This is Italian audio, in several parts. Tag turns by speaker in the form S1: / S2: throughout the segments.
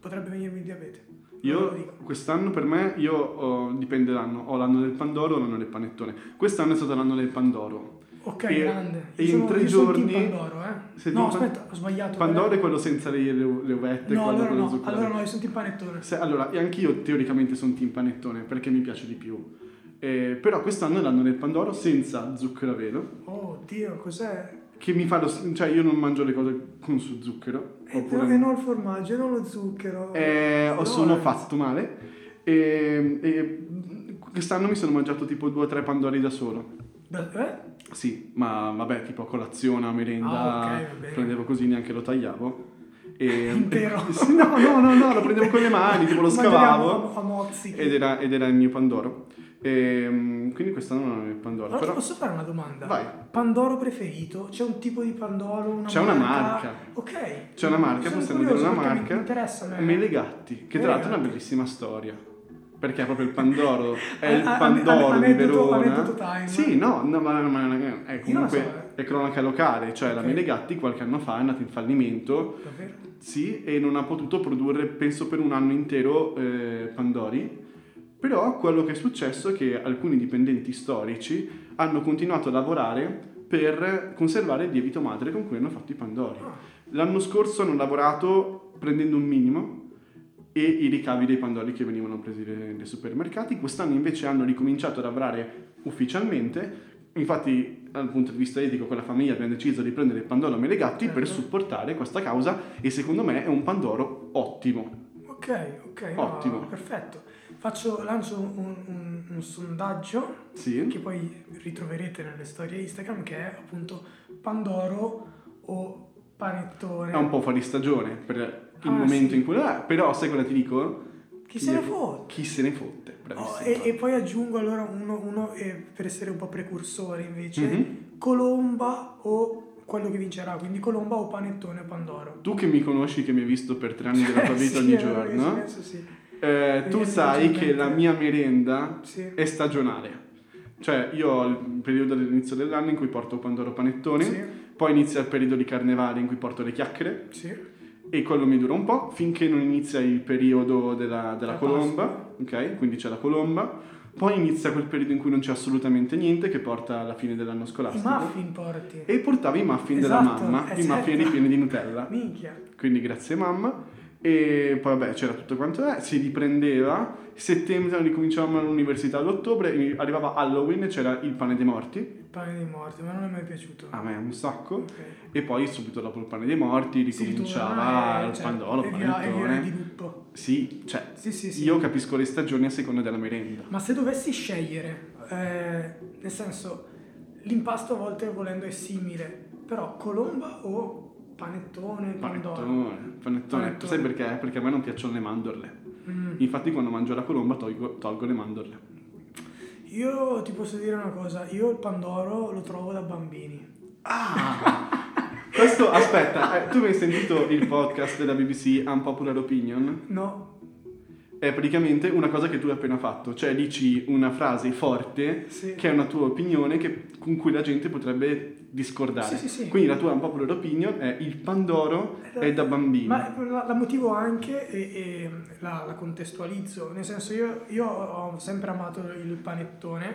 S1: potrebbe venirmi il diabete. Non lo
S2: Io
S1: dico.
S2: quest'anno per me, io ho- dipende l'anno, ho l'anno del Pandoro o l'anno del Panettone. Quest'anno è stato l'anno del Pandoro.
S1: Ok,
S2: E-
S1: grande.
S2: e
S1: Io
S2: in
S1: sono-
S2: tre
S1: io sono team
S2: giorni-
S1: Pandoro, eh.
S2: Sei
S1: No,
S2: team Pan-
S1: aspetta, ho sbagliato.
S2: Pandoro è
S1: però.
S2: quello senza le, le uvette,
S1: No,
S2: quello
S1: allora
S2: con lo
S1: no,
S2: zucchero.
S1: allora no, io sono team panettone.
S2: Se- allora, e anch'io teoricamente sono team panettone perché mi piace di più. Eh, però quest'anno è l'anno del Pandoro senza zucchero a velo,
S1: Oh, Dio, cos'è?
S2: che mi fa lo... s- cioè io non mangio le cose con su zucchero.
S1: E
S2: oppure-
S1: Eh, no il formaggio, e non lo zucchero.
S2: Eh, ho
S1: No,
S2: sono
S1: eh.
S2: fatto male e, e quest'anno mi sono mangiato tipo due o tre pandori da solo.
S1: Da- eh?
S2: Sì, ma vabbè, tipo a colazione, a merenda,
S1: Ah, ok, va bene.
S2: prendevo così, neanche lo tagliavo. E...
S1: Intero.
S2: Eh, Sì, no, no, no, no, lo prendevo con le mani, tipo lo
S1: Mangiavamo
S2: scavavo
S1: a- a mozzi.
S2: ed era, ed era il mio pandoro. Ehm, quindi quest'anno non è il pandoro,
S1: Allora, ti
S2: però
S1: posso fare una domanda?
S2: Vai.
S1: Pandoro preferito? C'è un tipo di Pandoro? Una
S2: C'è una
S1: marca?
S2: marca.
S1: Ok.
S2: c'è una marca,
S1: Sono
S2: possiamo
S1: curioso
S2: vedere una
S1: perché mi-
S2: marca.
S1: Mi interessa. eh. a me.
S2: Mele Gatti, che tra l'altro è una
S1: Melegatti.
S2: bellissima storia. Perché è proprio il Pandoro, è il
S1: A- a-
S2: Pandoro
S1: a-
S2: di
S1: aneddoto-
S2: Verona.
S1: aneddoto time.
S2: Sì, no, no, ma, ma- ma- è
S1: Io la so, eh.
S2: comunque è cronaca locale, cioè la
S1: Ok.
S2: Mele Gatti qualche anno fa è andata in fallimento,
S1: Davvero?
S2: sì, e non ha potuto produrre, penso per un anno intero, eh, Pandori. Però quello che è successo è che alcuni dipendenti storici hanno continuato a lavorare per conservare il lievito madre con cui hanno fatto i Pandori.
S1: Ah,
S2: L'anno scorso hanno lavorato prendendo un minimo e i ricavi dei pandori che venivano presi dai dai supermercati. Quest'anno invece hanno ricominciato a lavorare ufficialmente. Infatti, dal punto di vista etico, con la famiglia abbiamo deciso di prendere il Pandoro Melegatti per
S1: Certo.
S2: supportare questa causa e secondo me è un Pandoro ottimo.
S1: ok, ok. no,
S2: Ottimo.
S1: perfetto. Faccio, lancio un, un- un sondaggio
S2: Sì.
S1: che poi ritroverete nelle storie Instagram che è appunto Pandoro o panettone.
S2: È un po' fuori stagione per il
S1: Ah,
S2: momento
S1: sì.
S2: in cui... ah, però sai cosa ti dico?
S1: Chi se ne
S2: è-
S1: fotte?
S2: Chi se ne fotte,
S1: Oh,
S2: bravissimo.
S1: e, e poi aggiungo allora uno, uno, eh, per essere un po' precursore invece,
S2: Mhm.
S1: Colomba o quello che vincerà, quindi Colomba o Panettone o Pandoro.
S2: Tu che mi conosci, che mi hai visto per tre anni della tua vita
S1: Sì,
S2: ogni
S1: è vero che
S2: giorno,
S1: penso sì.
S2: Eh, tu sai che la mia merenda
S1: Sì.
S2: è stagionale. Cioè, io ho il periodo dell'inizio dell'anno in cui porto Pandoro Panettone,
S1: Sì.
S2: poi inizia il periodo di carnevale in cui porto le chiacchiere
S1: Sì.
S2: e quello mi dura un po' finché non inizia il periodo della, della
S1: La
S2: colomba, ok? Quindi c'è la colomba. Poi inizia quel periodo in cui non c'è assolutamente niente che porta alla fine dell'anno
S1: I
S2: scolastico.
S1: muffin porti.
S2: E portavo i muffin
S1: Esatto,
S2: della mamma,
S1: eh,
S2: i muffin
S1: certo.
S2: ripieni di Nutella
S1: Minchia.
S2: quindi grazie mamma. E poi vabbè c'era tutto quanto è, si riprendeva, settembre ricominciavamo all'università ad ottobre, e arrivava Halloween e c'era il pane dei morti,
S1: Il pane dei morti, ma non è mai piaciuto.
S2: a me un sacco,
S1: Ok.
S2: e poi subito dopo il pane dei morti
S1: Sì, tu-
S2: ricominciava
S1: eh,
S2: il
S1: cioè,
S2: pandoro, il
S1: e via- e via di
S2: panettone.
S1: gruppo.
S2: Sì, cioè,
S1: Sì, sì, sì.
S2: io capisco le stagioni a seconda della merenda.
S1: Ma se dovessi scegliere, eh, nel senso, l'impasto a volte volendo è simile, però colomba o panettone, pandoro?
S2: Panettone, panettone,
S1: Panettone.
S2: sai perché? Perché a me non piacciono le mandorle.
S1: Mm.
S2: Infatti quando mangio la colomba tolgo, tolgo le mandorle.
S1: Io ti posso dire una cosa, io il pandoro lo trovo da bambini. Ah!
S2: Questo, aspetta, eh, tu mi hai sentito il podcast della BBC Unpopular Opinion?
S1: No,
S2: È praticamente una cosa che tu hai appena fatto, cioè dici una frase forte
S1: Sì.
S2: che è una tua opinione che- con cui la gente potrebbe discordare.
S1: Sì, sì, sì.
S2: Quindi la tua Unpopular Opinion è il Pandoro
S1: È da-
S2: è da bambino.
S1: ma la, la motivo anche e, e la, la contestualizzo, nel senso io, io ho sempre amato il panettone,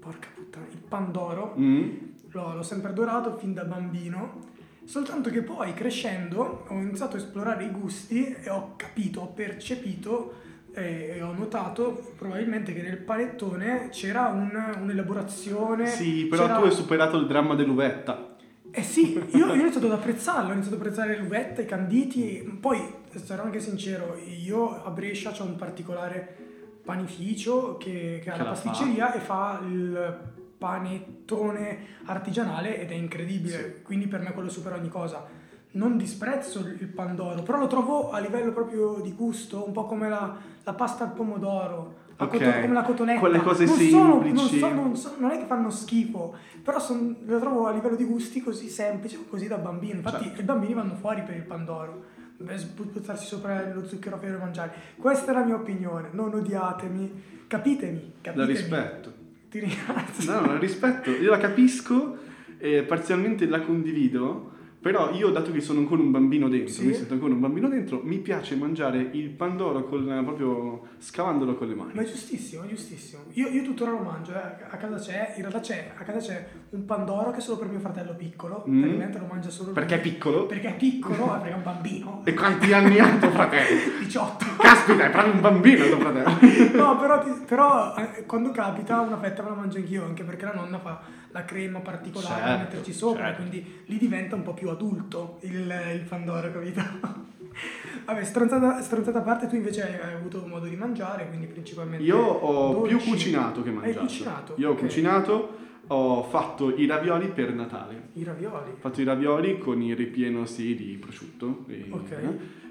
S1: porca puttana, il pandoro,
S2: Mm?
S1: L'ho, l'ho sempre adorato fin da bambino, soltanto che poi crescendo ho iniziato a esplorare i gusti e ho capito, ho percepito eh, e ho notato probabilmente che nel panettone c'era un- un'elaborazione.
S2: Sì, però
S1: Eh, c'era-
S2: tu hai superato il dramma dell'uvetta.
S1: Eh sì, io, io ho iniziato ad apprezzarlo, ho iniziato ad apprezzare l'uvetta, i canditi, poi sarò anche sincero, io a Brescia c'è un particolare panificio che, che ha
S2: Che
S1: la
S2: la fa.
S1: pasticceria e fa il panettone artigianale ed è incredibile, quindi per me quello supera ogni cosa. Non disprezzo il il pandoro, però lo trovo a livello proprio di gusto, un po' come la, la pasta al pomodoro, la
S2: Ok,
S1: coto- come la cotonetta.
S2: quelle cose
S1: non sono-
S2: semplici.
S1: non, so, non, so- non è che fanno schifo, però son- lo trovo a livello di gusti così semplice, così da bambino. Infatti
S2: Certo.
S1: i bambini vanno fuori per il pandoro, per spuzzarsi sopra lo zucchero a velo e mangiare. Questa è la mia opinione, non odiatemi, capitemi,
S2: La
S1: capitemi.
S2: rispetto.
S1: Ti ringrazio.
S2: No, no, rispetto, io la capisco e parzialmente la eh, condivido, Però io, dato che sono ancora un bambino dentro,
S1: Sì.
S2: mi sento ancora un bambino dentro, mi piace mangiare il pandoro con, proprio scavandolo con le mani.
S1: Ma è giustissimo, è giustissimo. Io, io tuttora lo mangio, eh. a casa c'è, in realtà c'è, a casa c'è un pandoro che è solo per mio fratello piccolo,
S2: Mm.
S1: praticamente lo mangia solo lui.
S2: Perché è piccolo?
S1: Perché è piccolo, eh, perché è un bambino.
S2: E quanti anni ha tuo fratello?
S1: 18.
S2: Caspita, è proprio un bambino tuo fratello.
S1: No, però, ti- però, eh, quando capita una fetta me la mangio anch'io, anche perché la nonna fa la crema particolare da
S2: Certo,
S1: metterci sopra,
S2: certo.
S1: quindi lì diventa un po' più adulto il, il pandoro, capito? Vabbè, stronzata, stronzata a parte, tu invece hai, hai avuto modo di mangiare, quindi principalmente
S2: Io ho
S1: dolci.
S2: più cucinato che mangiato.
S1: Hai cucinato?
S2: Io ho
S1: ok.
S2: cucinato, ho fatto i ravioli per Natale.
S1: I ravioli.
S2: Ho fatto i ravioli con il ripieno sì, di prosciutto. e-
S1: Ok.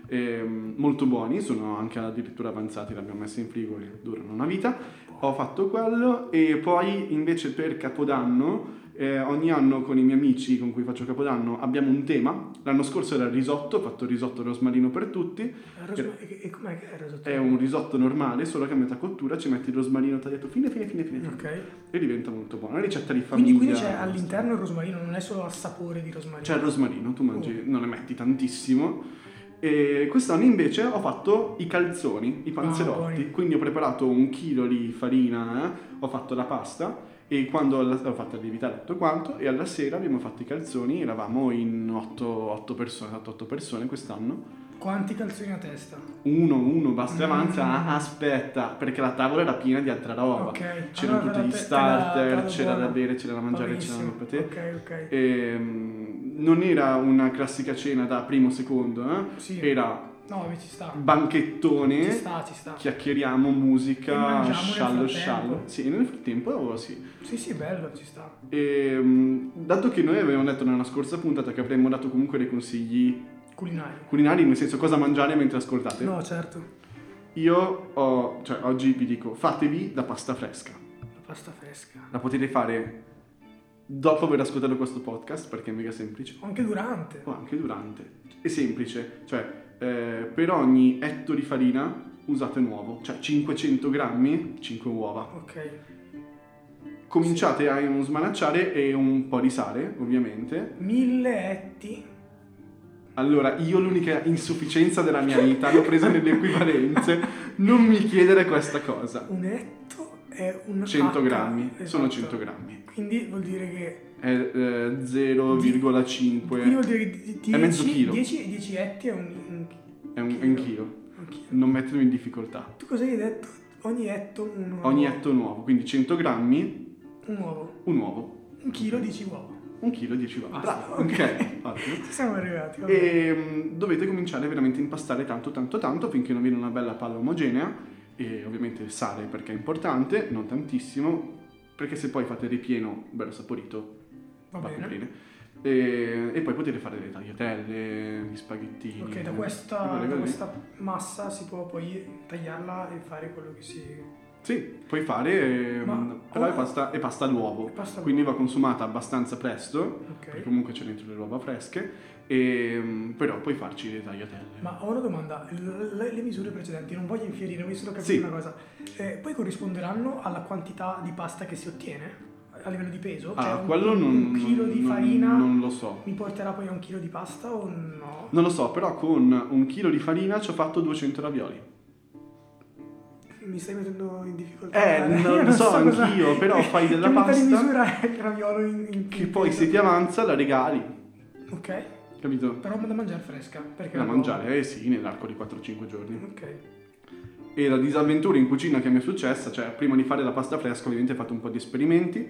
S2: ehm, molto buoni, sono anche addirittura avanzati, li abbiamo messi in frigo e durano una vita. Ho fatto quello e poi invece per Capodanno, eh, ogni anno con i miei amici con cui faccio Capodanno abbiamo un tema. L'anno scorso era il risotto, ho fatto il risotto rosmarino per tutti.
S1: Il rosma- E, e com'è che è il risotto?
S2: È un risotto normale, solo che a metà cottura ci metti il rosmarino tagliato fine, fine, fine, fine. fine.
S1: Ok.
S2: E diventa molto buono. È una ricetta di famiglia.
S1: Quindi, quindi c'è all'interno il rosmarino, non è solo al sapore di rosmarino.
S2: C'è Cioè, il rosmarino, tu mangi,
S1: Mm.
S2: non ne metti tantissimo. E quest'anno invece ho fatto i calzoni, i panzerotti.
S1: Ah, buoni.
S2: quindi ho preparato un chilo di farina, eh, ho fatto la pasta e quando ho ho fatto lievitare tutto quanto e alla sera abbiamo fatto i calzoni, eravamo in 8, persone, 8 persone quest'anno.
S1: Quanti calzoni a testa?
S2: Uno, uno, basta e
S1: Mm.
S2: avanza. Ah, aspetta, perché la tavola era piena di altra roba.
S1: Ok.
S2: C'erano
S1: Allora,
S2: tutti
S1: te- te la-
S2: gli
S1: te
S2: starter,
S1: la
S2: c'era da
S1: buona.
S2: bere, c'era da mangiare,
S1: Va
S2: c'era da
S1: benissimo.
S2: per te.
S1: Ok, ok.
S2: Ehm, non era una classica cena da primo secondo, eh?
S1: Sì.
S2: era Eh?
S1: No, beh, ci sta.
S2: banchettone,
S1: Ci sta, ci sta.
S2: chiacchieriamo,
S1: E
S2: musica,
S1: mangiamo nel
S2: sciallo,
S1: frattempo.
S2: sciallo. Sì, nel frattempo oh, sì.
S1: Sì, sì, bello, ci sta.
S2: Ehm, dato che noi avevamo detto nella scorsa puntata che avremmo dato comunque dei consigli
S1: Culinario.
S2: culinari, nel senso cosa mangiare mentre ascoltate,
S1: No, certo.
S2: io ho, cioè, oggi vi dico fatevi da pasta fresca.
S1: La pasta fresca.
S2: La potete fare dopo aver ascoltato questo podcast perché è mega semplice.
S1: O anche durante.
S2: o Ecco, anche durante. È semplice, cioè eh, per ogni etto di farina usate un uovo, cioè 500 grammi, 5 uova.
S1: Ok.
S2: Cominciate a un smanacciare e un po' di sale, ovviamente.
S1: Mille etti.
S2: Allora, io l'unica insufficienza della mia vita l'ho presa nelle equivalenze, non mi chiedere questa cosa.
S1: Un etto è un
S2: 100
S1: H.
S2: grammi, sono
S1: Esatto.
S2: 100 grammi.
S1: Quindi vuol dire che...
S2: È eh,
S1: Quindi
S2: 0,5,
S1: vuol dire che
S2: È mezzo
S1: 10,
S2: chilo.
S1: 10, 10 etti è un...
S2: è un, è un chilo.
S1: un- un chilo.
S2: Non mettermi in difficoltà.
S1: Tu cosa hai detto? Ogni etto un uovo.
S2: Ogni etto un uovo, quindi 100 grammi,
S1: Un uovo.
S2: un uovo.
S1: Un chilo, 10 uova.
S2: Un chilo, 10 uova.
S1: Basta,
S2: Bravo, ok. ottimo.
S1: Ci siamo arrivati. va bene.
S2: E mm, dovete cominciare veramente a impastare tanto, tanto, tanto finché non viene una bella palla omogenea. E ovviamente il sale perché è importante, non tantissimo, perché se poi fate ripieno bello saporito
S1: Va
S2: va
S1: bene.
S2: più bene. E, e poi potete fare delle tagliatelle, gli spaghettini.
S1: Ok, da
S2: eh,
S1: questa,
S2: quelle
S1: da
S2: cose.
S1: questa massa si può poi tagliarla e fare quello che si...
S2: Sì, puoi fare, eh,
S1: Ma
S2: mm, però è
S1: ora-
S2: pasta, è pasta all'uovo.
S1: Pasta all'uovo.
S2: quindi va consumata abbastanza presto, perché
S1: Ok.
S2: comunque c'è dentro le uova fresche, e, mm, però puoi farci le tagliatelle.
S1: Ma ho una domanda, L- le, le misure precedenti, non voglio infierire, voglio solo capire
S2: Sì.
S1: una cosa. Eh, poi corrisponderanno alla quantità di pasta che si ottiene? A livello di peso? Cioè,
S2: Ah,
S1: un,
S2: quello non,
S1: un chilo di
S2: non-
S1: farina
S2: Non lo so.
S1: mi porterà poi a un chilo di pasta o no?
S2: Non lo so, però con un chilo di farina ci ho fatto 200 ravioli.
S1: Mi stai mettendo in difficoltà.
S2: Eh,
S1: Io
S2: non lo so,
S1: cosa-
S2: anch'io, però fai della
S1: che metà di
S2: pasta
S1: misura è il raviolo in, in
S2: che poi se ti avanza la regali,
S1: Ok,
S2: capito?
S1: però da mangiare fresca. Perché
S2: Da
S1: no?
S2: mangiare, eh sì, nell'arco di 4-5 giorni.
S1: Ok.
S2: E la disavventura in cucina che mi è successa, cioè prima di fare la pasta fresca ovviamente ho fatto un po' di esperimenti.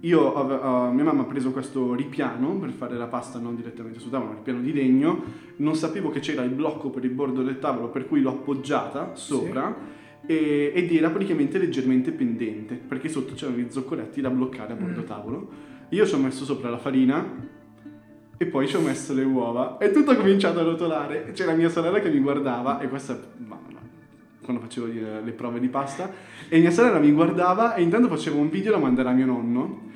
S2: Io, ave- eh, mia mamma ha preso questo ripiano per fare la pasta non direttamente sul tavolo, ma ripiano di legno. Non sapevo che c'era il blocco per il bordo del tavolo, per cui l'ho appoggiata sopra e- ed era praticamente leggermente pendente, perché sotto c'erano gli zoccoletti da bloccare a bordo
S1: Mm.
S2: tavolo. Io ci ho messo sopra la farina e poi ci ho messo le uova e tutto ha cominciato a rotolare. C'era mia sorella che mi guardava e questa... Mamma, quando facevo le le prove di pasta e mia sorella mi guardava e intanto facevo un video da mandare a mio nonno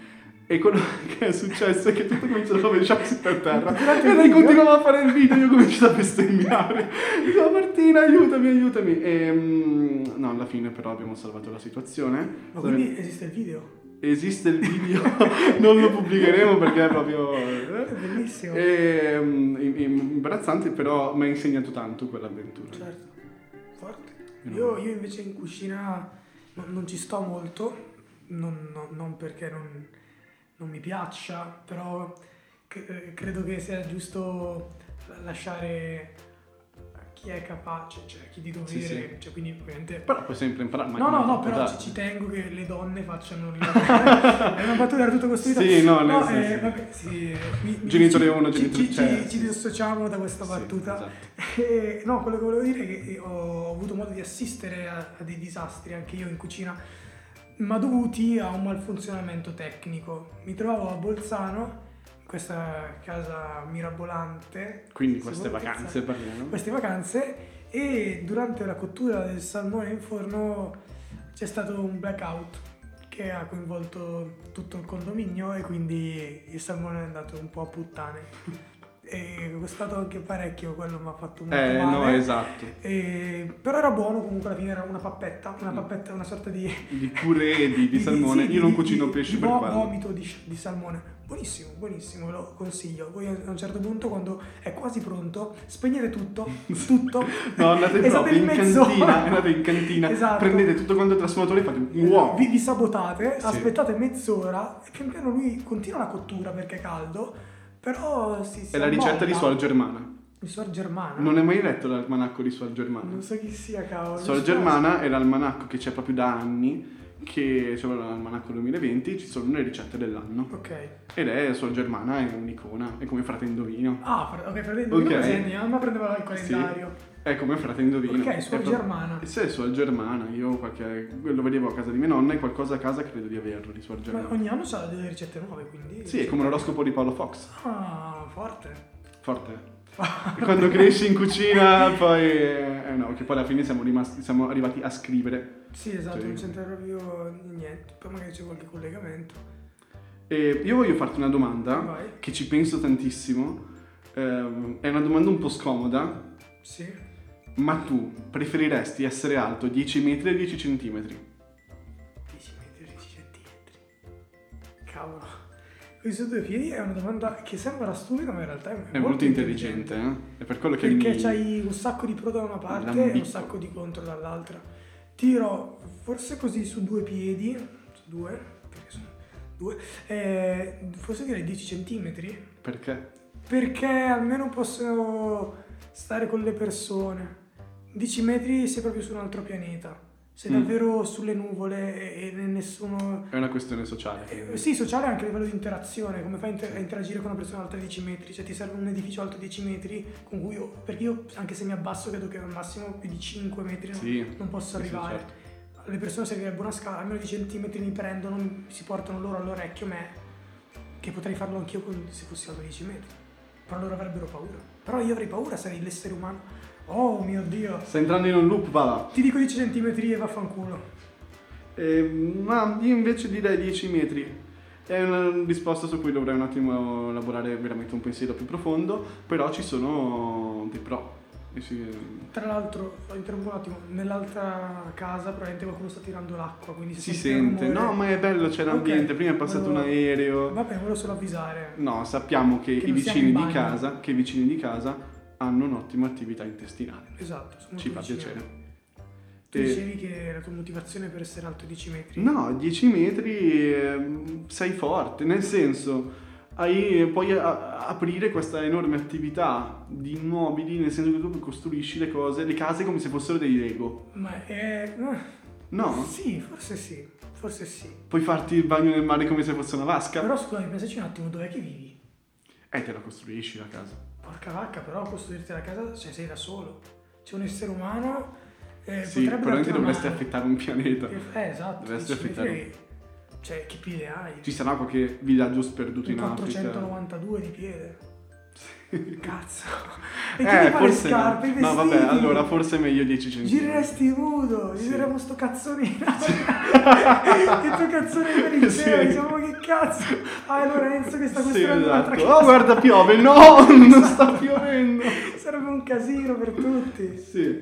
S2: e quello che è successo è che tutto comincia a rovesciarsi per terra e lei continuava a fare il video io cominciavo a bestemmiare dicevo Martina aiutami Ehm, aiutami e mm, no alla fine però abbiamo salvato la situazione
S1: Ma quindi esiste il video?
S2: Esiste il video, non lo pubblicheremo perché è proprio...
S1: È bellissimo.
S2: E, mm, im- im- imbarazzante, però mi ha insegnato tanto quell'avventura.
S1: Certo, forte.
S2: Mm.
S1: Io, io invece in cucina non, non ci sto molto, non, non- non perché non, non mi piaccia, però c- eh, credo che sia giusto lasciare a chi è capace, cioè a chi di dovere,
S2: Sì, sì.
S1: Cioè, quindi ovviamente...
S2: Però puoi sempre imparare. ma-
S1: no, no,
S2: ma-
S1: no, però
S2: da-
S1: ci, ci tengo che le donne facciano rilevare. È una battuta era tutto costruita.
S2: Sì, no, nel
S1: no
S2: senso-
S1: eh, vabbè, sì, mi- mi-
S2: Genitore
S1: ci-
S2: uno,
S1: ci-
S2: genitore-
S1: ci-
S2: cioè,
S1: ci,
S2: sì.
S1: ci dissociamo da questa
S2: Sì,
S1: battuta.
S2: esatto.
S1: Eh, no, quello che volevo dire è che ho avuto modo di assistere a, a dei disastri anche io in cucina, ma dovuti a un malfunzionamento tecnico. Mi trovavo a Bolzano, in questa casa mirabolante.
S2: Quindi
S1: se
S2: queste
S1: vuol dire,
S2: vacanze parliamo.
S1: Queste vacanze e durante la cottura del salmone in forno c'è stato un blackout che ha coinvolto tutto il condominio e quindi il salmone è andato un po' a puttane. E è costato anche parecchio, quello mi ha fatto molto
S2: Eh,
S1: male.
S2: no, esatto.
S1: E- però era buono comunque alla fine era una pappetta, una
S2: Mm.
S1: pappetta, una sorta di
S2: Di purè, di, di salmone.
S1: sì,
S2: Io non
S1: di-
S2: cucino
S1: di-
S2: pesce
S1: di
S2: per
S1: vo-
S2: quello.
S1: vomito di, di salmone. Buonissimo, buonissimo, ve lo consiglio. Voi a un certo punto, quando è quasi pronto, spegnete tutto, tutto.
S2: No, andate
S1: e state
S2: proprio in
S1: mezz'ora.
S2: cantina, andate in cantina,
S1: Esatto.
S2: prendete tutto quanto il trasformatore e fate un wow.
S1: Vi, vi sabotate,
S2: Sì.
S1: aspettate mezz'ora e pian piano lui continua la cottura perché è caldo, però si, si
S2: È la ricetta
S1: ammolla.
S2: di Suor Germana.
S1: Di Suor Germana.
S2: Non hai mai letto l'almanacco di Suor Germana?
S1: Non so chi sia, cavolo.
S2: Suor Germana è l'almanacco che c'è proprio da anni, che c'è l'almanacco 2020, ci sono le ricette dell'anno.
S1: Ok.
S2: Ed è Suor Germana, è un'icona, è come frate Indovino.
S1: Ah, fra- ok, prendete
S2: Ok.
S1: okay. mia mamma prendeva il calendario.
S2: È come frate Indovino.
S1: Ok, Suor
S2: È pro-
S1: Germana.
S2: Se è Suor Germana, io qualche... lo vedevo a casa di mia nonna e qualcosa a casa credo di averlo di Suor
S1: Ma
S2: Germana.
S1: ogni anno c'ha delle ricette nuove, quindi...
S2: Cioè, Sì, è come l'oroscopo di Paolo Fox.
S1: Ah, forte.
S2: Forte. E Quando cresci in cucina, poi. Eh no, che poi alla fine siamo, rimasti, siamo arrivati a scrivere.
S1: Sì, esatto,
S2: Sì.
S1: non c'entra proprio niente. Poi magari c'è qualche collegamento.
S2: E io voglio farti una domanda
S1: Vai.
S2: che ci penso tantissimo. Ehm, è una domanda un po' scomoda,
S1: Sì.
S2: ma tu preferiresti essere alto 10 metri o 10 centimetri?
S1: 10 metri, 10 centimetri. Cavolo. Qui su due piedi è una domanda che sembra stupida, ma in realtà è,
S2: È molto, intelligente, eh? È per quello che
S1: Perché
S2: mi-
S1: c'hai un sacco di pro da una parte e
S2: L'ambito.
S1: un sacco di contro dall'altra. Tiro forse così su due piedi, su due, perché sono due, eh, forse direi 10 centimetri.
S2: Perché?
S1: perché almeno posso stare con le persone. 10 metri sei proprio su un altro pianeta, sei
S2: Mm.
S1: davvero sulle nuvole e, e nessuno...
S2: È una questione sociale.
S1: eh, Sì, sociale anche a livello di interazione, come fai a inter- a interagire con una persona alta 10 metri, cioè ti serve un edificio alto 10 metri con cui io, perché io anche se mi abbasso credo che al massimo più di 5 metri non-
S2: Sì,
S1: non posso
S2: sì, sì,
S1: arrivare.
S2: certo.
S1: Le persone servirebbero una scala, almeno di centimetri mi prendono, mi- si portano loro all'orecchio me, che potrei farlo anch'io con- se fossi alto 10 metri. Però loro avrebbero paura. Però io avrei paura, sarei l'essere umano. Oh mio Dio!
S2: Stai entrando in un loop, va là.
S1: Ti dico 10 centimetri e vaffanculo.
S2: Eh, ma io invece direi 10 metri. È una risposta su cui dovrei un attimo elaborare veramente un pensiero più profondo, però ci sono dei pro. E si-
S1: Tra l'altro, interrompo un attimo, nell'altra casa probabilmente qualcuno sta tirando l'acqua, quindi
S2: Si,
S1: si,
S2: sente, no ma è bello, c'è l'ambiente,
S1: Ok,
S2: prima è passato
S1: volevo-
S2: un aereo.
S1: Vabbè, volevo solo avvisare.
S2: No, sappiamo che,
S1: Che
S2: i
S1: non siamo
S2: vicini
S1: in
S2: di
S1: bagno.
S2: casa, che i vicini di casa hanno un'ottima attività intestinale.
S1: Esatto, sono
S2: Ci
S1: molto
S2: fa
S1: vicino.
S2: piacere.
S1: Tu
S2: E-
S1: dicevi che la tua motivazione per essere alto 10 metri.
S2: No, 10 metri ehm, sei forte, nel senso hai- puoi a- aprire questa enorme attività di immobili, nel senso che tu costruisci le cose, le case come se fossero dei Lego.
S1: Ma è...
S2: No,
S1: Sì, forse sì, forse sì.
S2: puoi farti il bagno nel mare come se fosse una vasca.
S1: Però scusami, pensaci un attimo, dov'è che vivi?
S2: E te la costruisci la casa.
S1: Porca vacca, però costruirti la casa cioè, sei da solo. C'è un essere umano. Eh,
S2: sì,
S1: potrebbe
S2: probabilmente
S1: darti una
S2: dovresti
S1: mano.
S2: affittare un pianeta.
S1: Eh, esatto.
S2: dovresti
S1: dici,
S2: affittare
S1: vedi, Cioè, che piede hai?
S2: Ci sarà qualche villaggio sperduto
S1: Un
S2: in Africa.
S1: 492 di piede. Cazzo. E chi ti
S2: Eh,
S1: fa le
S2: forse
S1: scarpe?
S2: no.
S1: I
S2: no, vabbè,
S1: vestiti?
S2: allora forse è meglio 10 centimetri.
S1: Gireresti nudo, gli
S2: Sì.
S1: diremmo sto cazzone in aria. Il tuo cazzone per il
S2: Sì.
S1: cielo, diciamo "Ma che cazzo. Ah, è Lorenzo che sta
S2: Sì,
S1: costruendo un'altra
S2: esatto.
S1: casa.
S2: Oh, guarda, piove. No, non sta piovendo.
S1: Sarebbe un casino per tutti.
S2: Sì.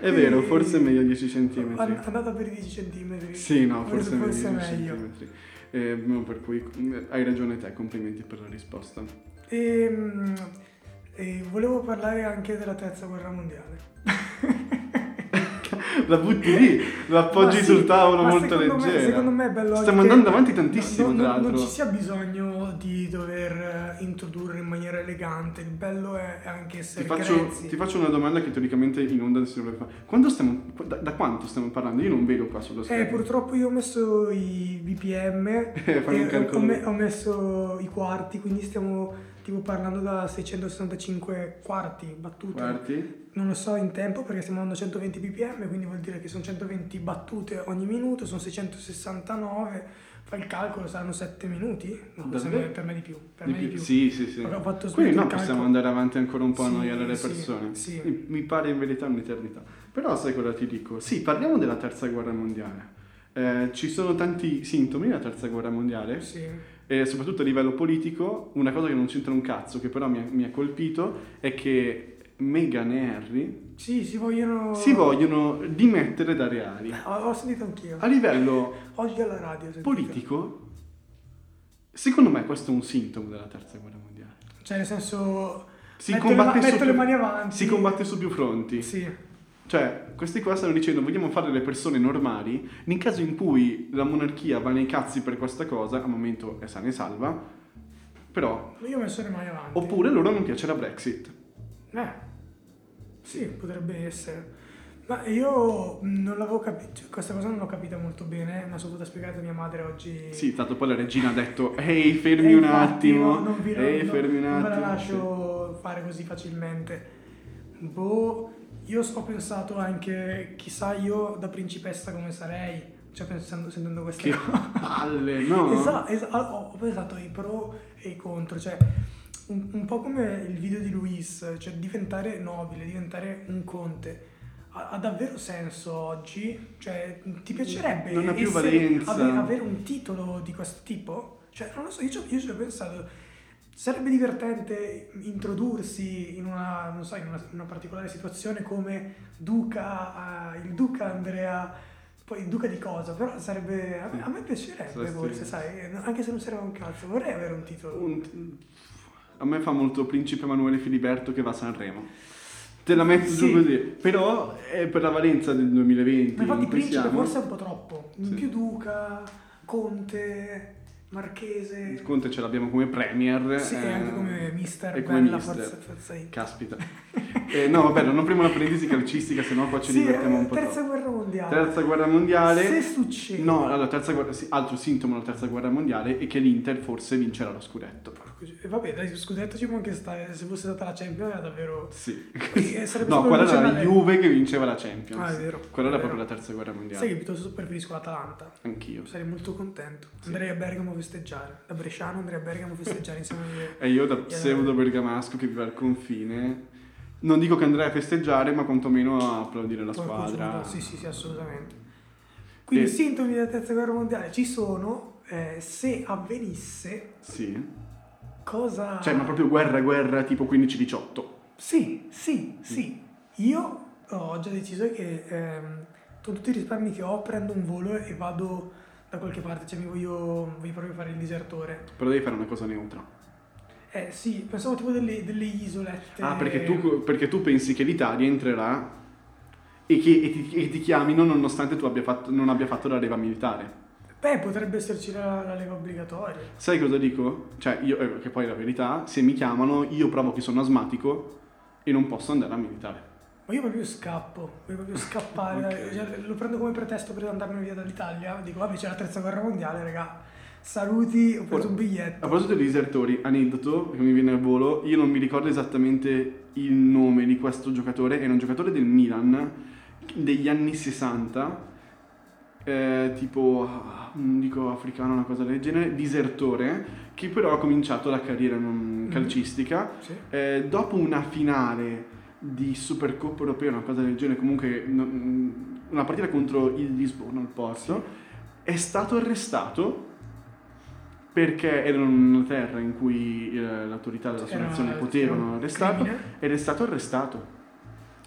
S2: È vero, forse è meglio 10 cm.
S1: An- Andata per i 10 cm.
S2: Sì, no, forse,
S1: forse
S2: è meglio. 10
S1: meglio.
S2: centimetri. Eh, no, per cui mm, hai ragione te, complimenti per la risposta.
S1: Ehm, E, volevo parlare anche della terza guerra mondiale.
S2: La butti lì, la appoggi
S1: Ma sì,
S2: sul tavolo
S1: ma
S2: molto
S1: secondo me-
S2: leggera.
S1: secondo me è bello
S2: Stiamo
S1: anche-
S2: andando avanti tantissimo,
S1: No, no,
S2: tra
S1: non-
S2: l'altro.
S1: Non ci sia bisogno di dover eh, introdurre in maniera elegante, il bello è è anche
S2: Ti
S1: essere
S2: faccio,
S1: grezzi.
S2: ti faccio una domanda che teoricamente in onda si dovrebbe fare. Quando stiamo, da, da quanto stiamo parlando? Io non vedo qua sullo
S1: Eh,
S2: schermo.
S1: purtroppo io ho messo i BPM,
S2: Eh, fai un
S1: e ho,
S2: calcolo.
S1: me- ho messo i quarti, quindi stiamo tipo parlando da 665 quarti battute.
S2: Quarti?
S1: Non lo so in tempo perché stiamo andando a 120 bpm, quindi vuol dire che sono 120 battute ogni minuto, sono 669, fai il calcolo, saranno 7 minuti? No,
S2: Ah, Davvero?
S1: sembra- per me di più, per
S2: Di
S1: me
S2: più?
S1: di più.
S2: Sì, sì, sì.
S1: Ho fatto
S2: Quindi
S1: subito
S2: no,
S1: il
S2: possiamo
S1: calcolo.
S2: andare avanti ancora un po' a
S1: Sì,
S2: annoiare le
S1: sì,
S2: persone.
S1: sì.
S2: Mi- Mi pare in verità un'eternità. Però sai cosa ti dico? Sì, parliamo della terza guerra mondiale. Eh, ci sono tanti sintomi della terza guerra mondiale.
S1: Sì.
S2: E soprattutto a livello politico, una cosa che non c'entra un cazzo, che però mi ha, mi ha colpito, è che Meghan e Harry
S1: Sì, si vogliono...
S2: si vogliono dimettere da reali.
S1: Ho, ho sentito anch'io.
S2: A livello
S1: Odio alla radio. sentite.
S2: politico, secondo me questo è un sintomo della terza guerra mondiale.
S1: Cioè, nel senso...
S2: Si
S1: metto le, ma-
S2: combatte su
S1: metto le
S2: più-
S1: mani avanti.
S2: Si combatte su più fronti.
S1: Sì.
S2: Cioè, questi qua stanno dicendo vogliamo fare le persone normali, nel caso in cui la monarchia va nei cazzi per questa cosa, al momento è sana e salva, però...
S1: Io ho messo le mani avanti.
S2: Oppure a loro non piace la Brexit.
S1: Eh, sì, potrebbe essere. Ma io non l'avevo capito, questa cosa non l'ho capita molto bene, ma sono stata spiegata da mia madre oggi.
S2: Sì, tanto poi la regina ha detto ehi fermi
S1: Eh,
S2: un
S1: infatti,
S2: attimo,
S1: no, non vi-
S2: ehi
S1: no,
S2: fermi un
S1: non
S2: attimo.
S1: ve la lascio fare così facilmente. Boh, io s- ho pensato anche, chissà io da principessa come sarei, cioè pensando, sentendo queste
S2: Che
S1: cose.
S2: palle, no?
S1: Esatto, ho ho pensato ai pro e i contro, cioè un, un po' come il video di Luis, cioè diventare nobile, diventare un conte. Ha, ha davvero senso oggi? Cioè, ti piacerebbe
S2: Non ha più
S1: essere-
S2: valenza.
S1: ave- avere un titolo di questo tipo? Cioè, non lo so, io ci ho- io ci ho pensato. Sarebbe divertente introdursi in una, non so, in una, in una particolare situazione come duca, eh, il duca Andrea, poi il duca di cosa, però sarebbe, a me, a me piacerebbe
S2: Saresti-
S1: forse, sai, anche se non serve un cazzo, vorrei avere un titolo.
S2: Un- A me fa molto Principe Emanuele Filiberto che va a Sanremo. Te la metto giù
S1: Sì.
S2: così. Però è per la valenza del 2020.
S1: Ma infatti
S2: in cui
S1: principe
S2: siamo.
S1: forse è un po' troppo, in
S2: Sì.
S1: più duca, conte, marchese,
S2: Il Conte ce l'abbiamo come premier.
S1: sì,
S2: eh,
S1: e anche come mister,
S2: e come
S1: bella
S2: mister.
S1: forza, forza Inter.
S2: Caspita. Eh, no, vabbè, non apriamo la parentesi calcistica, sennò qua ci
S1: Sì,
S2: divertiamo un
S1: eh,
S2: po'.
S1: terza
S2: troppo.
S1: guerra mondiale.
S2: Terza guerra mondiale.
S1: Se succede...
S2: No, allora, terza guerra- sì, altro sintomo della terza guerra mondiale è che l'Inter forse vincerà lo scudetto.
S1: E eh, vabbè, dai, scudetto ci può anche stare. Se fosse stata la Champions era davvero...
S2: Sì.
S1: Eh, sarebbe stato
S2: No, quella era la
S1: eccezionale.
S2: Juve che vinceva la Champions.
S1: Ah, è vero,
S2: Quella
S1: è vero.
S2: era proprio la terza guerra mondiale.
S1: Sai che piuttosto preferisco l'Atalanta.
S2: Anch'io.
S1: Sarei molto contento. Andrei a Bergamo a festeggiare. Da Bresciano andrei a Bergamo a festeggiare insieme a me.
S2: E io da pseudo bergamasco che vive al confine, non dico che andrei a festeggiare, ma quantomeno a applaudire la squadra.
S1: Sì, sì, sì, assolutamente. Quindi
S2: E-
S1: i sintomi della terza guerra mondiale ci sono. eh, se avvenisse,
S2: Sì.
S1: cosa...
S2: Cioè, ma proprio guerra, guerra, tipo 15-18.
S1: Sì, sì, sì. Io ho già deciso che ehm, con tutti i risparmi che ho prendo un volo e vado da qualche parte, cioè mi voglio, voglio proprio fare il disertore.
S2: Però devi fare una cosa neutra.
S1: Eh sì, pensavo tipo delle, delle isolette.
S2: Ah, perché tu, perché tu pensi che l'Italia entrerà e, che, e ti, e ti chiamino nonostante tu abbia fatto, non abbia fatto la leva militare.
S1: Beh, potrebbe esserci la, la leva obbligatoria.
S2: Sai cosa dico? Cioè, io, eh, che poi è la verità, se mi chiamano io provo che sono asmatico e non posso andare a militare.
S1: Ma io proprio scappo, voglio proprio scappare. da-
S2: Ok.
S1: cioè, lo prendo come pretesto per andarmene via dall'Italia. Dico, vabbè, c'è la terza guerra mondiale, raga. Saluti, ho preso un
S2: A
S1: biglietto.
S2: proposito dei disertori, aneddoto che mi viene al volo, io non mi ricordo esattamente il nome di questo giocatore, era un giocatore del Milan degli anni 60, eh, tipo, ah, non dico africano, una cosa del genere, disertore, che però ha cominciato la carriera non- calcistica
S1: Sì.
S2: eh, dopo una finale di Supercoppa europea, una cosa del genere, comunque no- mm, una partita contro il Lisbona, il Porto, è stato arrestato perché era una terra in cui eh, l'autorità della sua
S1: Era-
S2: nazione
S1: era
S2: potevano
S1: un
S2: arrestarlo
S1: crimine.
S2: ed è stato arrestato.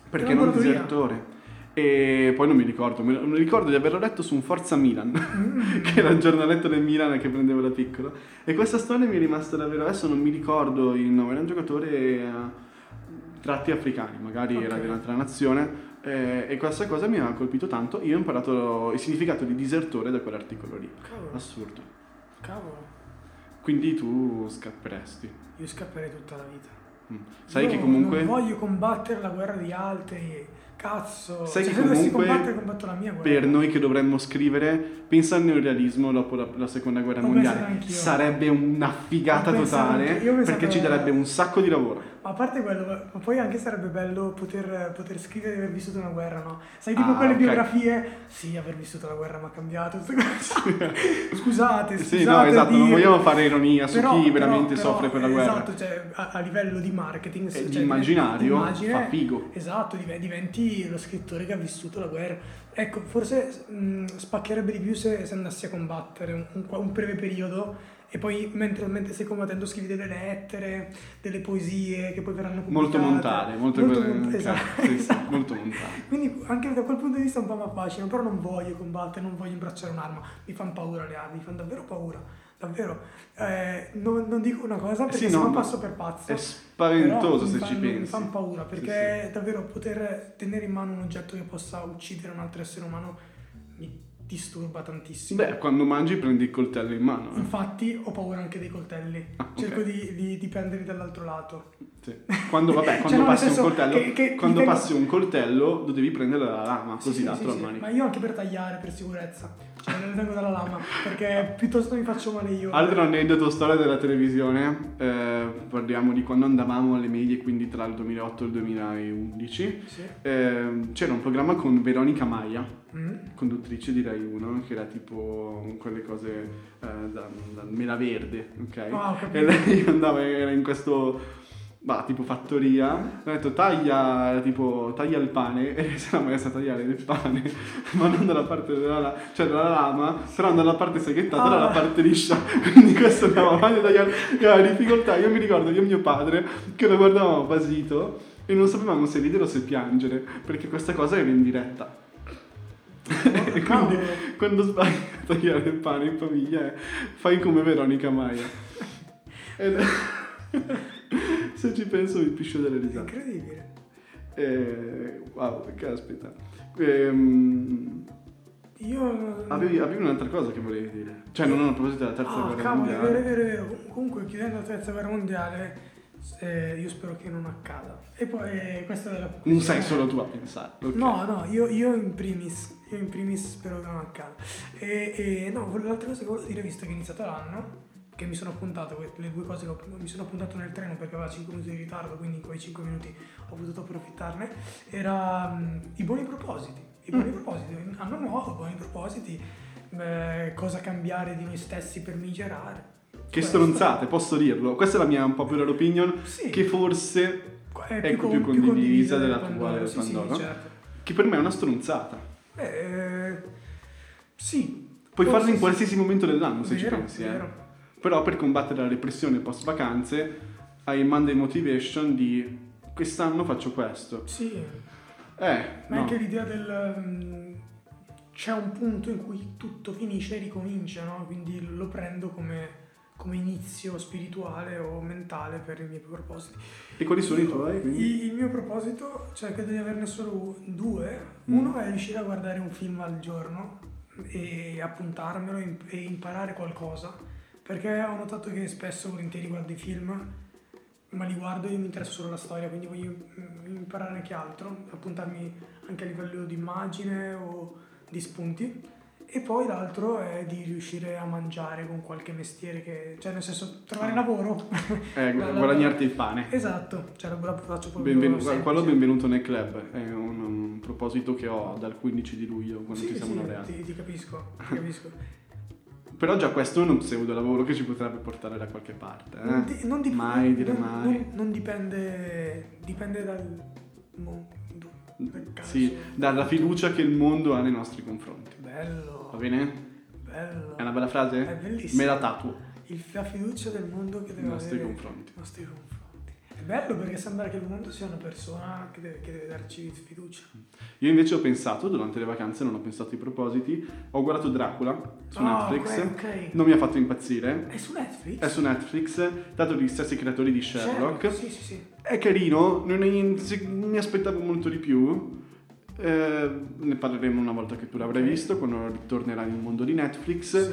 S2: Perché non
S1: porto via.
S2: disertore? E poi non mi ricordo, mi mi ricordo di averlo letto su un Forza Milan,
S1: Mm.
S2: che era il giornaletto del Milan che prendevo da piccolo. E questa storia mi è rimasta davvero, adesso non mi ricordo il nome, era un giocatore eh, tratti africani, magari era
S1: Ok.
S2: di un'altra nazione. eh, e questa cosa mi ha colpito tanto, io ho imparato il significato di disertore da quell'articolo lì.
S1: Cavolo,
S2: Assurdo.
S1: cavolo.
S2: Quindi tu scapperesti.
S1: Io scapperei tutta la vita.
S2: Mm. Sai
S1: Io
S2: che comunque...
S1: Non voglio combattere la guerra di altri. Cazzo.
S2: Sai
S1: Cioè,
S2: che
S1: se dovessi
S2: comunque
S1: combattere, combatto la mia guerra.
S2: per noi che dovremmo scrivere, pensa al neorealismo dopo la, la seconda guerra
S1: Lo
S2: mondiale.
S1: pensavo anch'io.
S2: Sarebbe una figata
S1: Lo pensavo
S2: totale
S1: anch'io, io Eh, pensavo-
S2: perché ci darebbe un sacco di lavoro.
S1: Ma a parte quello, ma poi anche sarebbe bello poter, poter scrivere di aver vissuto una guerra, no? Sai, tipo
S2: Ah,
S1: quelle
S2: ok.
S1: biografie? Sì, aver vissuto la guerra mi ha cambiato. scusate, scusate.
S2: Sì, no, esatto, non
S1: dire.
S2: vogliamo fare ironia su
S1: Però-
S2: chi
S1: però-
S2: veramente
S1: però,
S2: soffre per la
S1: eh,
S2: guerra.
S1: Esatto, cioè a, a livello di marketing,
S2: E
S1: cioè,
S2: di immaginario
S1: immagine,
S2: fa figo.
S1: Esatto, div- diventi lo scrittore che ha vissuto la guerra. Ecco, forse mh, spaccherebbe di più se, se andassi a combattere un, un- un breve periodo e poi mentre, mentre stai combattendo scrivi delle lettere, delle poesie che poi verranno
S2: Molto
S1: pubblicate.
S2: montare, molto,
S1: mont-
S2: eh,
S1: esatto,
S2: sì, sì,
S1: esatto.
S2: molto montare.
S1: Quindi anche da quel punto di vista un po' mi affascina, però non voglio combattere, non voglio imbracciare un'arma, mi fanno paura le armi, mi fanno davvero paura, davvero. Eh, non, non dico una cosa perché
S2: Eh Sì,
S1: sennò
S2: no, ma
S1: passo per pazzo.
S2: È spaventoso
S1: però mi
S2: se
S1: fanno-
S2: ci
S1: Mi
S2: pensi.
S1: fanno paura
S2: Sì,
S1: perché davvero poter tenere in mano un oggetto che possa uccidere un altro essere umano mi disturba
S2: sì.
S1: tantissimo.
S2: Beh, quando mangi prendi il coltello in mano. eh.
S1: Infatti ho paura anche dei coltelli,
S2: Ah, ok.
S1: cerco di, di, di prenderli dall'altro lato.
S2: Sì. Quando, vabbè,
S1: Cioè,
S2: quando
S1: no, nel
S2: passi un
S1: senso
S2: coltello,
S1: che- che
S2: quando
S1: ritengo-
S2: passi un coltello lo devi prendere dalla lama, così
S1: Sì, sì,
S2: l'altro
S1: sì,
S2: al
S1: sì,
S2: manico.
S1: Ma io anche per tagliare, per sicurezza. Cioè, non tengo dalla lama, perché piuttosto mi faccio male io.
S2: Altro aneddoto storia della televisione, eh, parliamo di quando andavamo alle medie, quindi tra il 2008 e il 2011,
S1: Sì.
S2: ehm, c'era un programma con Veronica Maia,
S1: Mm.
S2: conduttrice di Rai 1, che era tipo quelle cose eh, da, da mela verde, ok?
S1: Ah, ho capito.
S2: e lei andava, era in questo... bah, tipo fattoria, ha detto taglia, tipo, taglia il pane e lei si era messa a tagliare il pane, ma non dalla parte della, la- cioè dalla lama, però dalla parte seghettata,
S1: Ah.
S2: dalla parte liscia. Quindi questo andava avanti a tagliare. Era una difficoltà, io mi ricordo, io e mio padre, che lo guardavamo basito e non sapevamo se ridere o se piangere, perché questa cosa era in diretta. E quindi
S1: Cavolo.
S2: quando sbagli a tagliare il pane in famiglia eh, fai come Veronica Maia. Ed- se ci penso mi piscio delle risate.
S1: Incredibile.
S2: Eh, wow, caspita. Ehm,
S1: Io...
S2: avevi, avevi un'altra cosa che volevi dire? Cioè, non a proposito della terza
S1: ah,
S2: guerra
S1: cavolo, è vero, è
S2: mondiale.
S1: vero, è vero. Comunque, chiudendo la terza guerra mondiale, eh, io spero che non accada. E poi, eh, questa è la...
S2: Non sei solo tu a pensare. ok?
S1: No, no, io, io in primis, io in primis spero che non accada. E, e no, l'altra cosa che volevo dire, visto che è iniziato l'anno, che mi sono appuntato, que- le due cose che ho- mi sono appuntato nel treno perché aveva 5 minuti di ritardo, quindi in quei 5 minuti ho potuto approfittarne, era mm, i buoni propositi. I
S2: Mm.
S1: buoni propositi, anno nuovo, buoni propositi, eh, cosa cambiare di noi stessi per migliorare.
S2: Che
S1: Questo-
S2: stronzate, posso dirlo. Questa è la mia un po' popular opinion.
S1: Sì.
S2: Che forse,
S1: È
S2: ecco, più condivisa della tua-
S1: Pandoro,
S2: del
S1: sì, sì,
S2: Pandoro.
S1: certo.
S2: che per me è una stronzata.
S1: Eh, sì.
S2: Puoi
S1: Forse
S2: farlo in
S1: sì.
S2: qualsiasi momento dell'anno se
S1: Vero,
S2: ci pensi. eh.
S1: vero.
S2: Però per combattere la repressione post vacanze hai il Monday Motivation di quest'anno faccio questo.
S1: Sì,
S2: Eh,
S1: ma
S2: no.
S1: anche l'idea del... mm, c'è un punto in cui tutto finisce e ricomincia, no? Quindi lo prendo come, come inizio spirituale o mentale per i miei propositi.
S2: E quali sono i tuoi? quindi?
S1: I- il mio proposito, cioè credo di averne solo due.
S2: Mm.
S1: Uno è riuscire a guardare un film al giorno e appuntarmelo e e imparare qualcosa. Perché ho notato che spesso volentieri guardo i film, ma li guardo e mi interessa solo la storia, quindi voglio mm, imparare anche altro, appuntarmi anche a livello di immagine o di spunti. E poi l'altro è di riuscire a mangiare con qualche mestiere che... cioè nel senso trovare
S2: Ah.
S1: lavoro.
S2: Eh,
S1: La- la-
S2: guadagnarti il pane.
S1: Esatto, cioè la la faccio proprio
S2: Benvenu-
S1: semplice.
S2: quello benvenuto nel club è un, un proposito che ho dal 15 di luglio quando
S1: Sì,
S2: ci siamo
S1: sì,
S2: laureati.
S1: Ti, ti capisco, ti capisco.
S2: Però già questo è uno pseudo lavoro che ci potrebbe portare da qualche parte. eh.
S1: Non di- non dip-
S2: mai dire
S1: non-
S2: mai.
S1: Non, non dipende, dipende dal mondo. dal caso.
S2: Mm, Sì, dalla fiducia che il mondo ha nei nostri confronti. Va
S1: Bello,
S2: bene?
S1: bello.
S2: È una bella frase?
S1: È bellissima.
S2: Me la tatuo
S1: Il- la fiducia del mondo che
S2: nei
S1: deve
S2: nostri
S1: Eh, avere
S2: confronti.
S1: nei nostri confronti. È bello perché sembra che il mondo sia una persona che deve, che deve darci fiducia.
S2: Io invece ho pensato, durante le vacanze non ho pensato ai propositi, ho guardato Dracula su
S1: Ah,
S2: Netflix,
S1: ok, ok.
S2: non mi ha fatto impazzire,
S1: È su Netflix? Certo.
S2: è su Netflix, dato gli stessi creatori di Sherlock,
S1: Sì, sì, sì.
S2: è carino, non è- se- mi aspettavo molto di più, Eh, ne parleremo una volta che tu l'avrai
S1: Ok.
S2: visto, quando ritornerai nel mondo di Netflix,
S1: sì.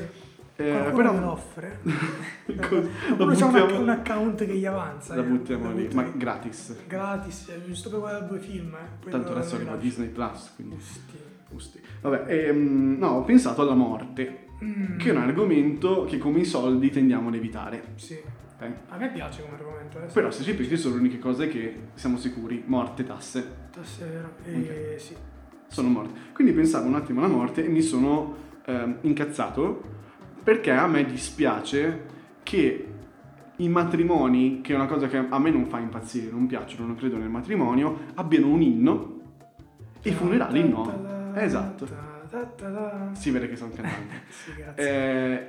S2: Eh,
S1: Qualcuno diciamo
S2: però
S1: me lo offre.
S2: Cos- la
S1: Oppure c'è un,
S2: buttiamo-
S1: un account che gli avanza.
S2: la
S1: eh.
S2: buttiamo lì,
S1: butto
S2: ma
S1: lì.
S2: gratis,
S1: Gratis, cioè, giusto per guardare due film. Eh. Poi
S2: tanto
S1: lo-
S2: adesso
S1: lo
S2: arriva
S1: rilascio.
S2: Disney Plus, quindi
S1: Giusti.
S2: Usti. Vabbè, ehm, no, ho pensato alla morte,
S1: Mm,
S2: che è un argomento che come i soldi tendiamo ad evitare.
S1: Sì.
S2: ok?
S1: A me piace come argomento. Eh.
S2: Però se ci pensi sono le uniche cose che siamo sicuri, morte, tasse,
S1: Stasera. eh, sì.
S2: sono morte. Quindi pensavo un attimo alla morte e mi sono ehm, incazzato perché a me dispiace che i matrimoni, che è una cosa che a me non fa impazzire, non piacciono, non credo nel matrimonio, abbiano un inno e i funerali no.
S1: Ta-ta-ta,
S2: Esatto,
S1: ta-ta-ta.
S2: si vede che sono cantante.
S1: Sì, grazie.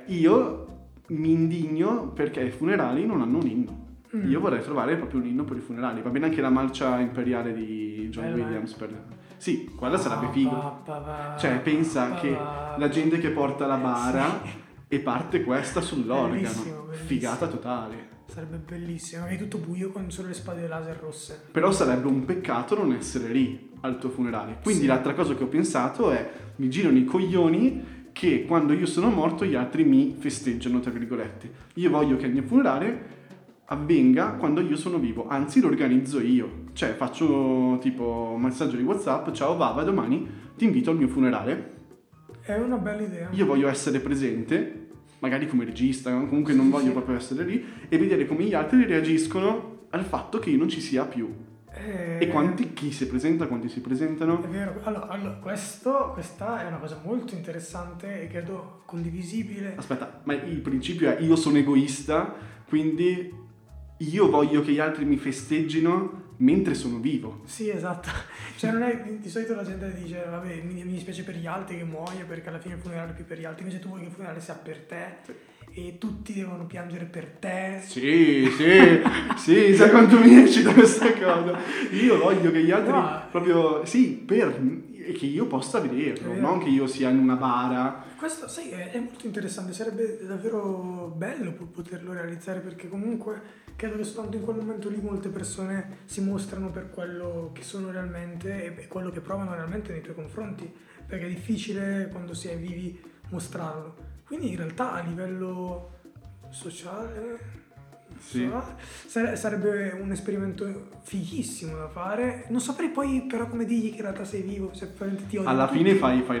S2: Eh, io mi indigno perché i funerali non hanno un inno.
S1: Mm.
S2: Io vorrei trovare proprio un inno per i funerali. Va bene anche la marcia imperiale di John
S1: Bella, Ah, eh?
S2: Williams. Per... Sì, quella sarebbe figo.
S1: Pa, pa, pa,
S2: Cioè, pensa
S1: pa,
S2: che
S1: pa.
S2: la gente che porta la bara
S1: Sì,
S2: e parte questa sull'organo.
S1: Bellissimo, bellissimo.
S2: Figata totale.
S1: sarebbe bellissimo. È tutto buio con solo le spade laser rosse.
S2: Però sarebbe un peccato non essere lì al tuo funerale. Quindi
S1: Sì.
S2: l'altra cosa che ho pensato è mi girano i coglioni che quando io sono morto gli altri mi festeggiano, tra virgolette. Io voglio che il mio funerale avvenga quando io sono vivo, anzi lo organizzo io. Cioè faccio tipo un messaggio di Whatsapp, ciao Vava, domani ti invito al mio funerale.
S1: È una bella idea.
S2: Io voglio essere presente, magari come regista, comunque non
S1: Sì,
S2: voglio
S1: sì.
S2: proprio essere lì, e vedere come gli altri reagiscono al fatto che io non ci sia più.
S1: Eh,
S2: E quanti chi si presenta, quanti si
S1: È
S2: presentano?
S1: vero. Allora, allora, questo, questa è una cosa molto interessante e credo condivisibile.
S2: Aspetta, ma il principio è io sono egoista, quindi io voglio che gli altri mi festeggino mentre sono vivo.
S1: Sì, esatto. Cioè, non è di solito la gente dice, vabbè, mi, mi dispiace per gli altri che muoia perché alla fine il funerale è più per gli altri. Invece tu vuoi che il funerale sia per te e tutti devono piangere per te.
S2: Sì, sì, sì, sai quanto mi esci da questa cosa. Io voglio che gli altri
S1: No.
S2: proprio, sì, per, e che io possa vederlo,
S1: È vero.
S2: non che io sia in una bara.
S1: Questo, sai, è, è molto interessante, sarebbe davvero bello po- poterlo realizzare perché comunque credo che soltanto in quel momento lì molte persone si mostrano per quello che sono realmente e e quello che provano realmente nei tuoi confronti, perché è difficile quando si è vivi mostrarlo. Quindi in realtà a livello sociale
S2: Sì.
S1: sare- sarebbe un esperimento fighissimo da fare. Non saprei poi però come dirgli che in realtà sei vivo, se veramente ti odio.
S2: Alla fine fai, fai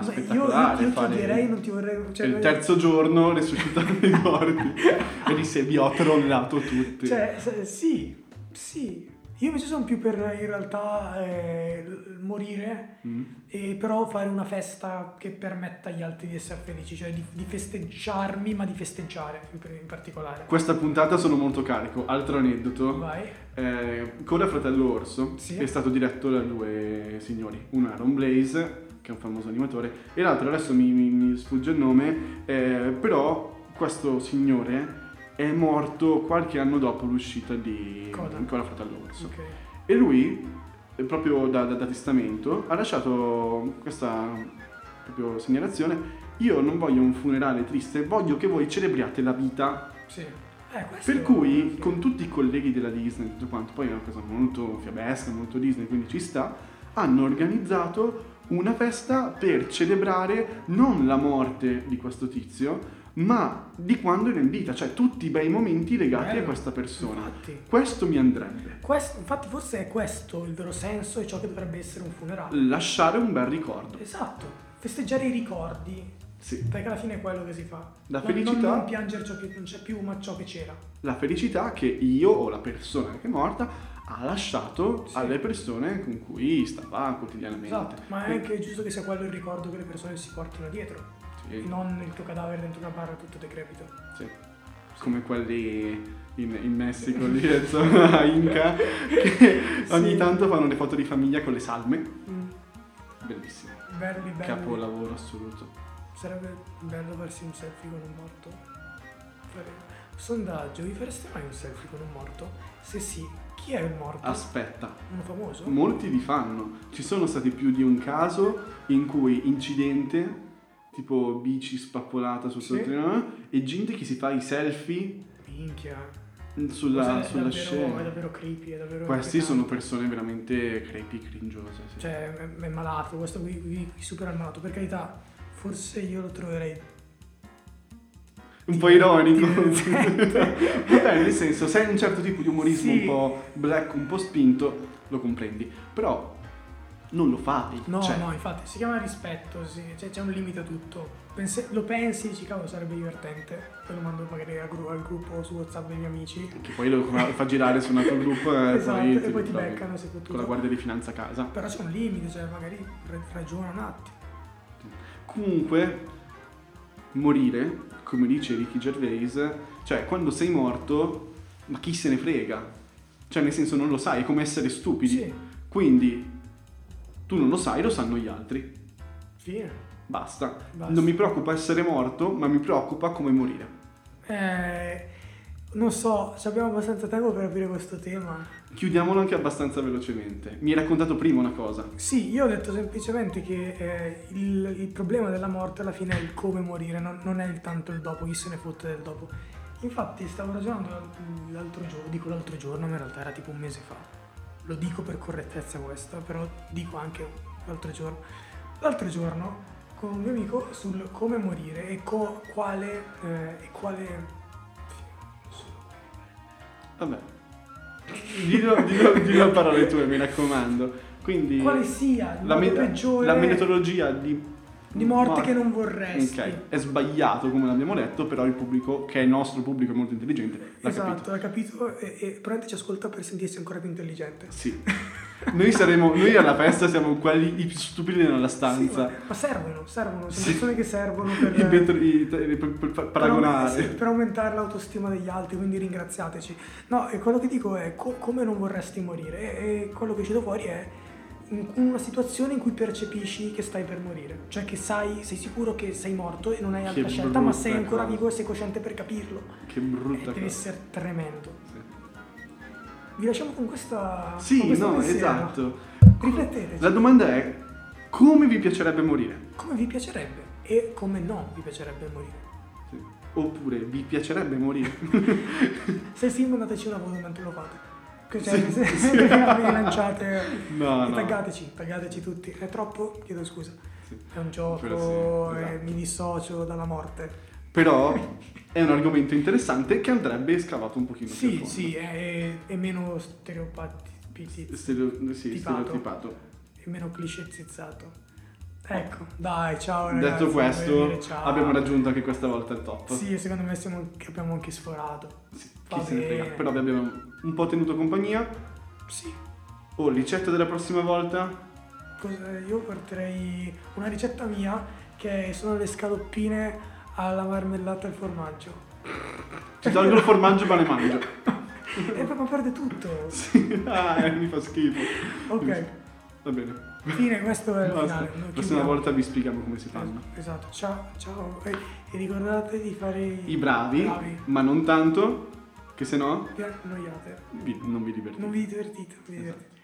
S1: Ma Io, io,
S2: Ah, spettacolare.
S1: io ti
S2: fare-
S1: odierei, non ti vorrei. Cioè,
S2: il terzo giorno resuscitano i morti e lì se vi ho trollato tutti.
S1: cioè, se- sì, sì. Io invece sono più per in realtà eh, l- morire,
S2: Mm.
S1: e però fare una festa che permetta agli altri di essere felici, cioè di, di festeggiarmi, ma di festeggiare in, in particolare.
S2: Questa puntata sono molto carico. Altro aneddoto.
S1: Vai.
S2: Eh, Coda Fratello Orso
S1: Sì.
S2: è stato diretto da due signori. Uno è Aaron Blaze, che è un famoso animatore, e l'altro adesso mi, mi- mi sfugge il nome, eh, però questo signore è morto qualche anno dopo l'uscita di
S1: Coda.
S2: Coda Fratello Orso.
S1: Ok.
S2: E lui, eh, proprio da, da- da testamento, ha lasciato questa proprio segnalazione. Io non voglio un funerale triste, voglio che voi celebriate la vita.
S1: Sì. Eh, questo-
S2: Per cui,
S1: sì.
S2: con tutti i colleghi della Disney, tutto quanto, poi è una cosa molto fiabesca, molto Disney, quindi ci sta, hanno organizzato una festa per celebrare non la morte di questo tizio, ma di quando era in vita, cioè tutti i bei momenti legati a
S1: Bello.
S2: questa persona.
S1: Infatti,
S2: Questo mi andrebbe.
S1: questo- infatti, forse è questo il vero senso e ciò che dovrebbe essere un funerale.
S2: Lasciare un bel ricordo.
S1: Esatto. Festeggiare i ricordi,
S2: Sì,
S1: Perché alla fine è quello che si fa.
S2: La
S1: Non- non-
S2: felicità-
S1: Non, piangere ciò che non c'è più, ma ciò che c'era.
S2: la felicità che io o la persona che è morta ha lasciato
S1: Sì.
S2: alle persone con cui stava quotidianamente.
S1: Esatto. Ma è
S2: Quindi-
S1: anche giusto che sia quello il ricordo che le persone si portano dietro.
S2: sì,
S1: Non il tuo cadavere dentro una barra tutto decrepito.
S2: sì. Come quelli in, in Messico lì, insomma, Inca, che
S1: Sì.
S2: ogni tanto fanno le foto di famiglia con le salme.
S1: Mm,
S2: Bellissimo.
S1: Belli, belli.
S2: Capolavoro assoluto.
S1: Sarebbe bello farsi un selfie con un morto. Sarebbe- Sondaggio, vi fareste mai un selfie con un morto? Se sì, chi è il morto?
S2: Ah. Aspetta,
S1: Uno famoso?
S2: molti li fanno. Ci sono stati più di un caso in cui incidente, tipo bici spappolata sul
S1: Sì.
S2: sottotreno, e gente che si fa i selfie
S1: Minchia.
S2: sulla,
S1: Cioè,
S2: sulla
S1: è davvero, È
S2: scena.
S1: davvero creepy, è davvero...
S2: Questi
S1: inquietante.
S2: sono persone veramente creepy, cringiose. sì.
S1: Cioè, è, è malato, questo qui, qui- qui supera il malato. Per carità, forse io lo troverei...
S2: un po' ironico.
S1: Divertente.
S2: Vabbè, nel senso, se hai un certo tipo di umorismo
S1: Sì.
S2: un po' black, un po' spinto, lo comprendi. Però non lo fai.
S1: No,
S2: cioè,
S1: no, infatti, si chiama rispetto, sì, cioè, c'è un limite a tutto. Pense- lo pensi, dici, cavolo, sarebbe divertente. Poi lo mando magari al, gru- al gruppo su WhatsApp dei miei amici.
S2: Che poi lo fa girare su un altro gruppo e
S1: Esatto,
S2: poi,
S1: e poi ti
S2: ritrovi
S1: beccano se tu-
S2: Con la guardia di finanza a casa.
S1: Però c'è un limite, cioè, magari ra- ragiona un attimo.
S2: Comunque, morire, come dice Ricky Gervais, cioè quando sei morto, ma chi se ne frega? Cioè, nel senso, non lo sai, è come essere stupidi.
S1: Sì,
S2: Quindi, tu non lo sai, lo sanno gli altri.
S1: fine.
S2: Basta.
S1: Basta.
S2: Non mi preoccupa essere morto, ma mi preoccupa come morire.
S1: Eh, non so, se abbiamo abbastanza tempo per aprire questo tema.
S2: Chiudiamolo anche abbastanza velocemente. Mi hai raccontato prima una cosa.
S1: Sì, io ho detto semplicemente che eh, il, il problema della morte alla fine è il come morire, non, non è il tanto il dopo, chi se ne fotte del dopo. Infatti stavo ragionando l'al- l'altro giorno, dico l'altro giorno, ma in realtà era tipo un mese fa. Lo dico per correttezza questa, però dico anche l'altro giorno. L'altro giorno con un mio amico sul come morire e co- quale... eh, e quale...
S2: Vabbè. Dillo, dillo, dillo a parole tue, mi raccomando. Quindi
S1: Quale sia il
S2: la,
S1: modo
S2: me-
S1: peggiore
S2: la metodologia di,
S1: di morte, che non vorresti.
S2: Ok, è sbagliato come l'abbiamo detto, però il pubblico, che è il nostro pubblico, è molto intelligente, l'ha capito.
S1: Esatto, l'ha capito e, e probabilmente ci ascolta per sentirsi ancora più intelligente.
S2: Sì. Noi saremo, noi alla festa siamo quelli i più stupidi nella stanza.
S1: Sì, ma, ma servono, servono, sono
S2: Sì.
S1: persone che servono per,
S2: I vetro- i- per- per- per
S1: per-
S2: paragonare.
S1: sì, per aumentare l'autostima degli altri, quindi ringraziateci. No, e quello che dico è co- come non vorresti morire e, e quello che uscito fuori è in una situazione in cui percepisci che stai per morire, cioè che sai, sei sicuro che sei morto e non hai
S2: Che
S1: altra scelta, ma sei
S2: brutta
S1: ancora
S2: cosa.
S1: vivo e sei cosciente per capirlo.
S2: Che
S1: E
S2: brutta
S1: deve
S2: cosa.
S1: essere tremendo.
S2: Sì.
S1: Vi lasciamo con questa... con
S2: Sì,
S1: questo
S2: no,
S1: pensiero. Eh,
S2: esatto.
S1: Rifletteteci.
S2: La domanda è come vi piacerebbe morire?
S1: come vi piacerebbe e come non vi piacerebbe morire.
S2: Sì. Oppure vi piacerebbe morire?
S1: Se sì, mandateci una foto mentre lo fate. Che Cioè,
S2: Sì,
S1: se
S2: sì.
S1: se vi lanciate
S2: No,
S1: e
S2: no.
S1: taggateci, taggateci tutti. È troppo? Chiedo scusa.
S2: Sì.
S1: È un gioco,
S2: Però sì,
S1: è-
S2: esatto.
S1: mi dissocio dalla morte.
S2: Però è un argomento interessante che andrebbe scavato un pochino più a
S1: Sì,
S2: fondo.
S1: sì, è, è meno stereopati,
S2: Stereo- sì,
S1: Tipato.
S2: stereotipato.
S1: è meno clichézizzato. Ecco, dai, ciao ragazzi.
S2: Detto questo,
S1: buonasera, ciao.
S2: abbiamo raggiunto anche questa volta il top.
S1: Sì, secondo me siamo- abbiamo anche sforato.
S2: Sì,
S1: Va
S2: chi se ne frega.
S1: bene.
S2: Però vi abbiamo un po' tenuto compagnia.
S1: Sì,
S2: Oh, ricetta della prossima volta?
S1: Cosa- Io porterei una ricetta mia che sono le scaloppine alla marmellata al formaggio.
S2: Ti tolgo il formaggio ma ne mangio.
S1: E proprio perde tutto.
S2: Sì, ah, eh, mi fa schifo.
S1: Ok,
S2: Va bene.
S1: fine, questo è il
S2: Basta.
S1: finale.
S2: La
S1: Noi
S2: prossima
S1: chiudiamo.
S2: volta vi spieghiamo come si fanno.
S1: Esatto, ciao, ciao. E, e ricordate di fare
S2: I bravi, ma non tanto, che se no
S1: Vi annoiate,
S2: vi- non vi divertite.
S1: non vi divertite, non vi divertite.
S2: Esatto.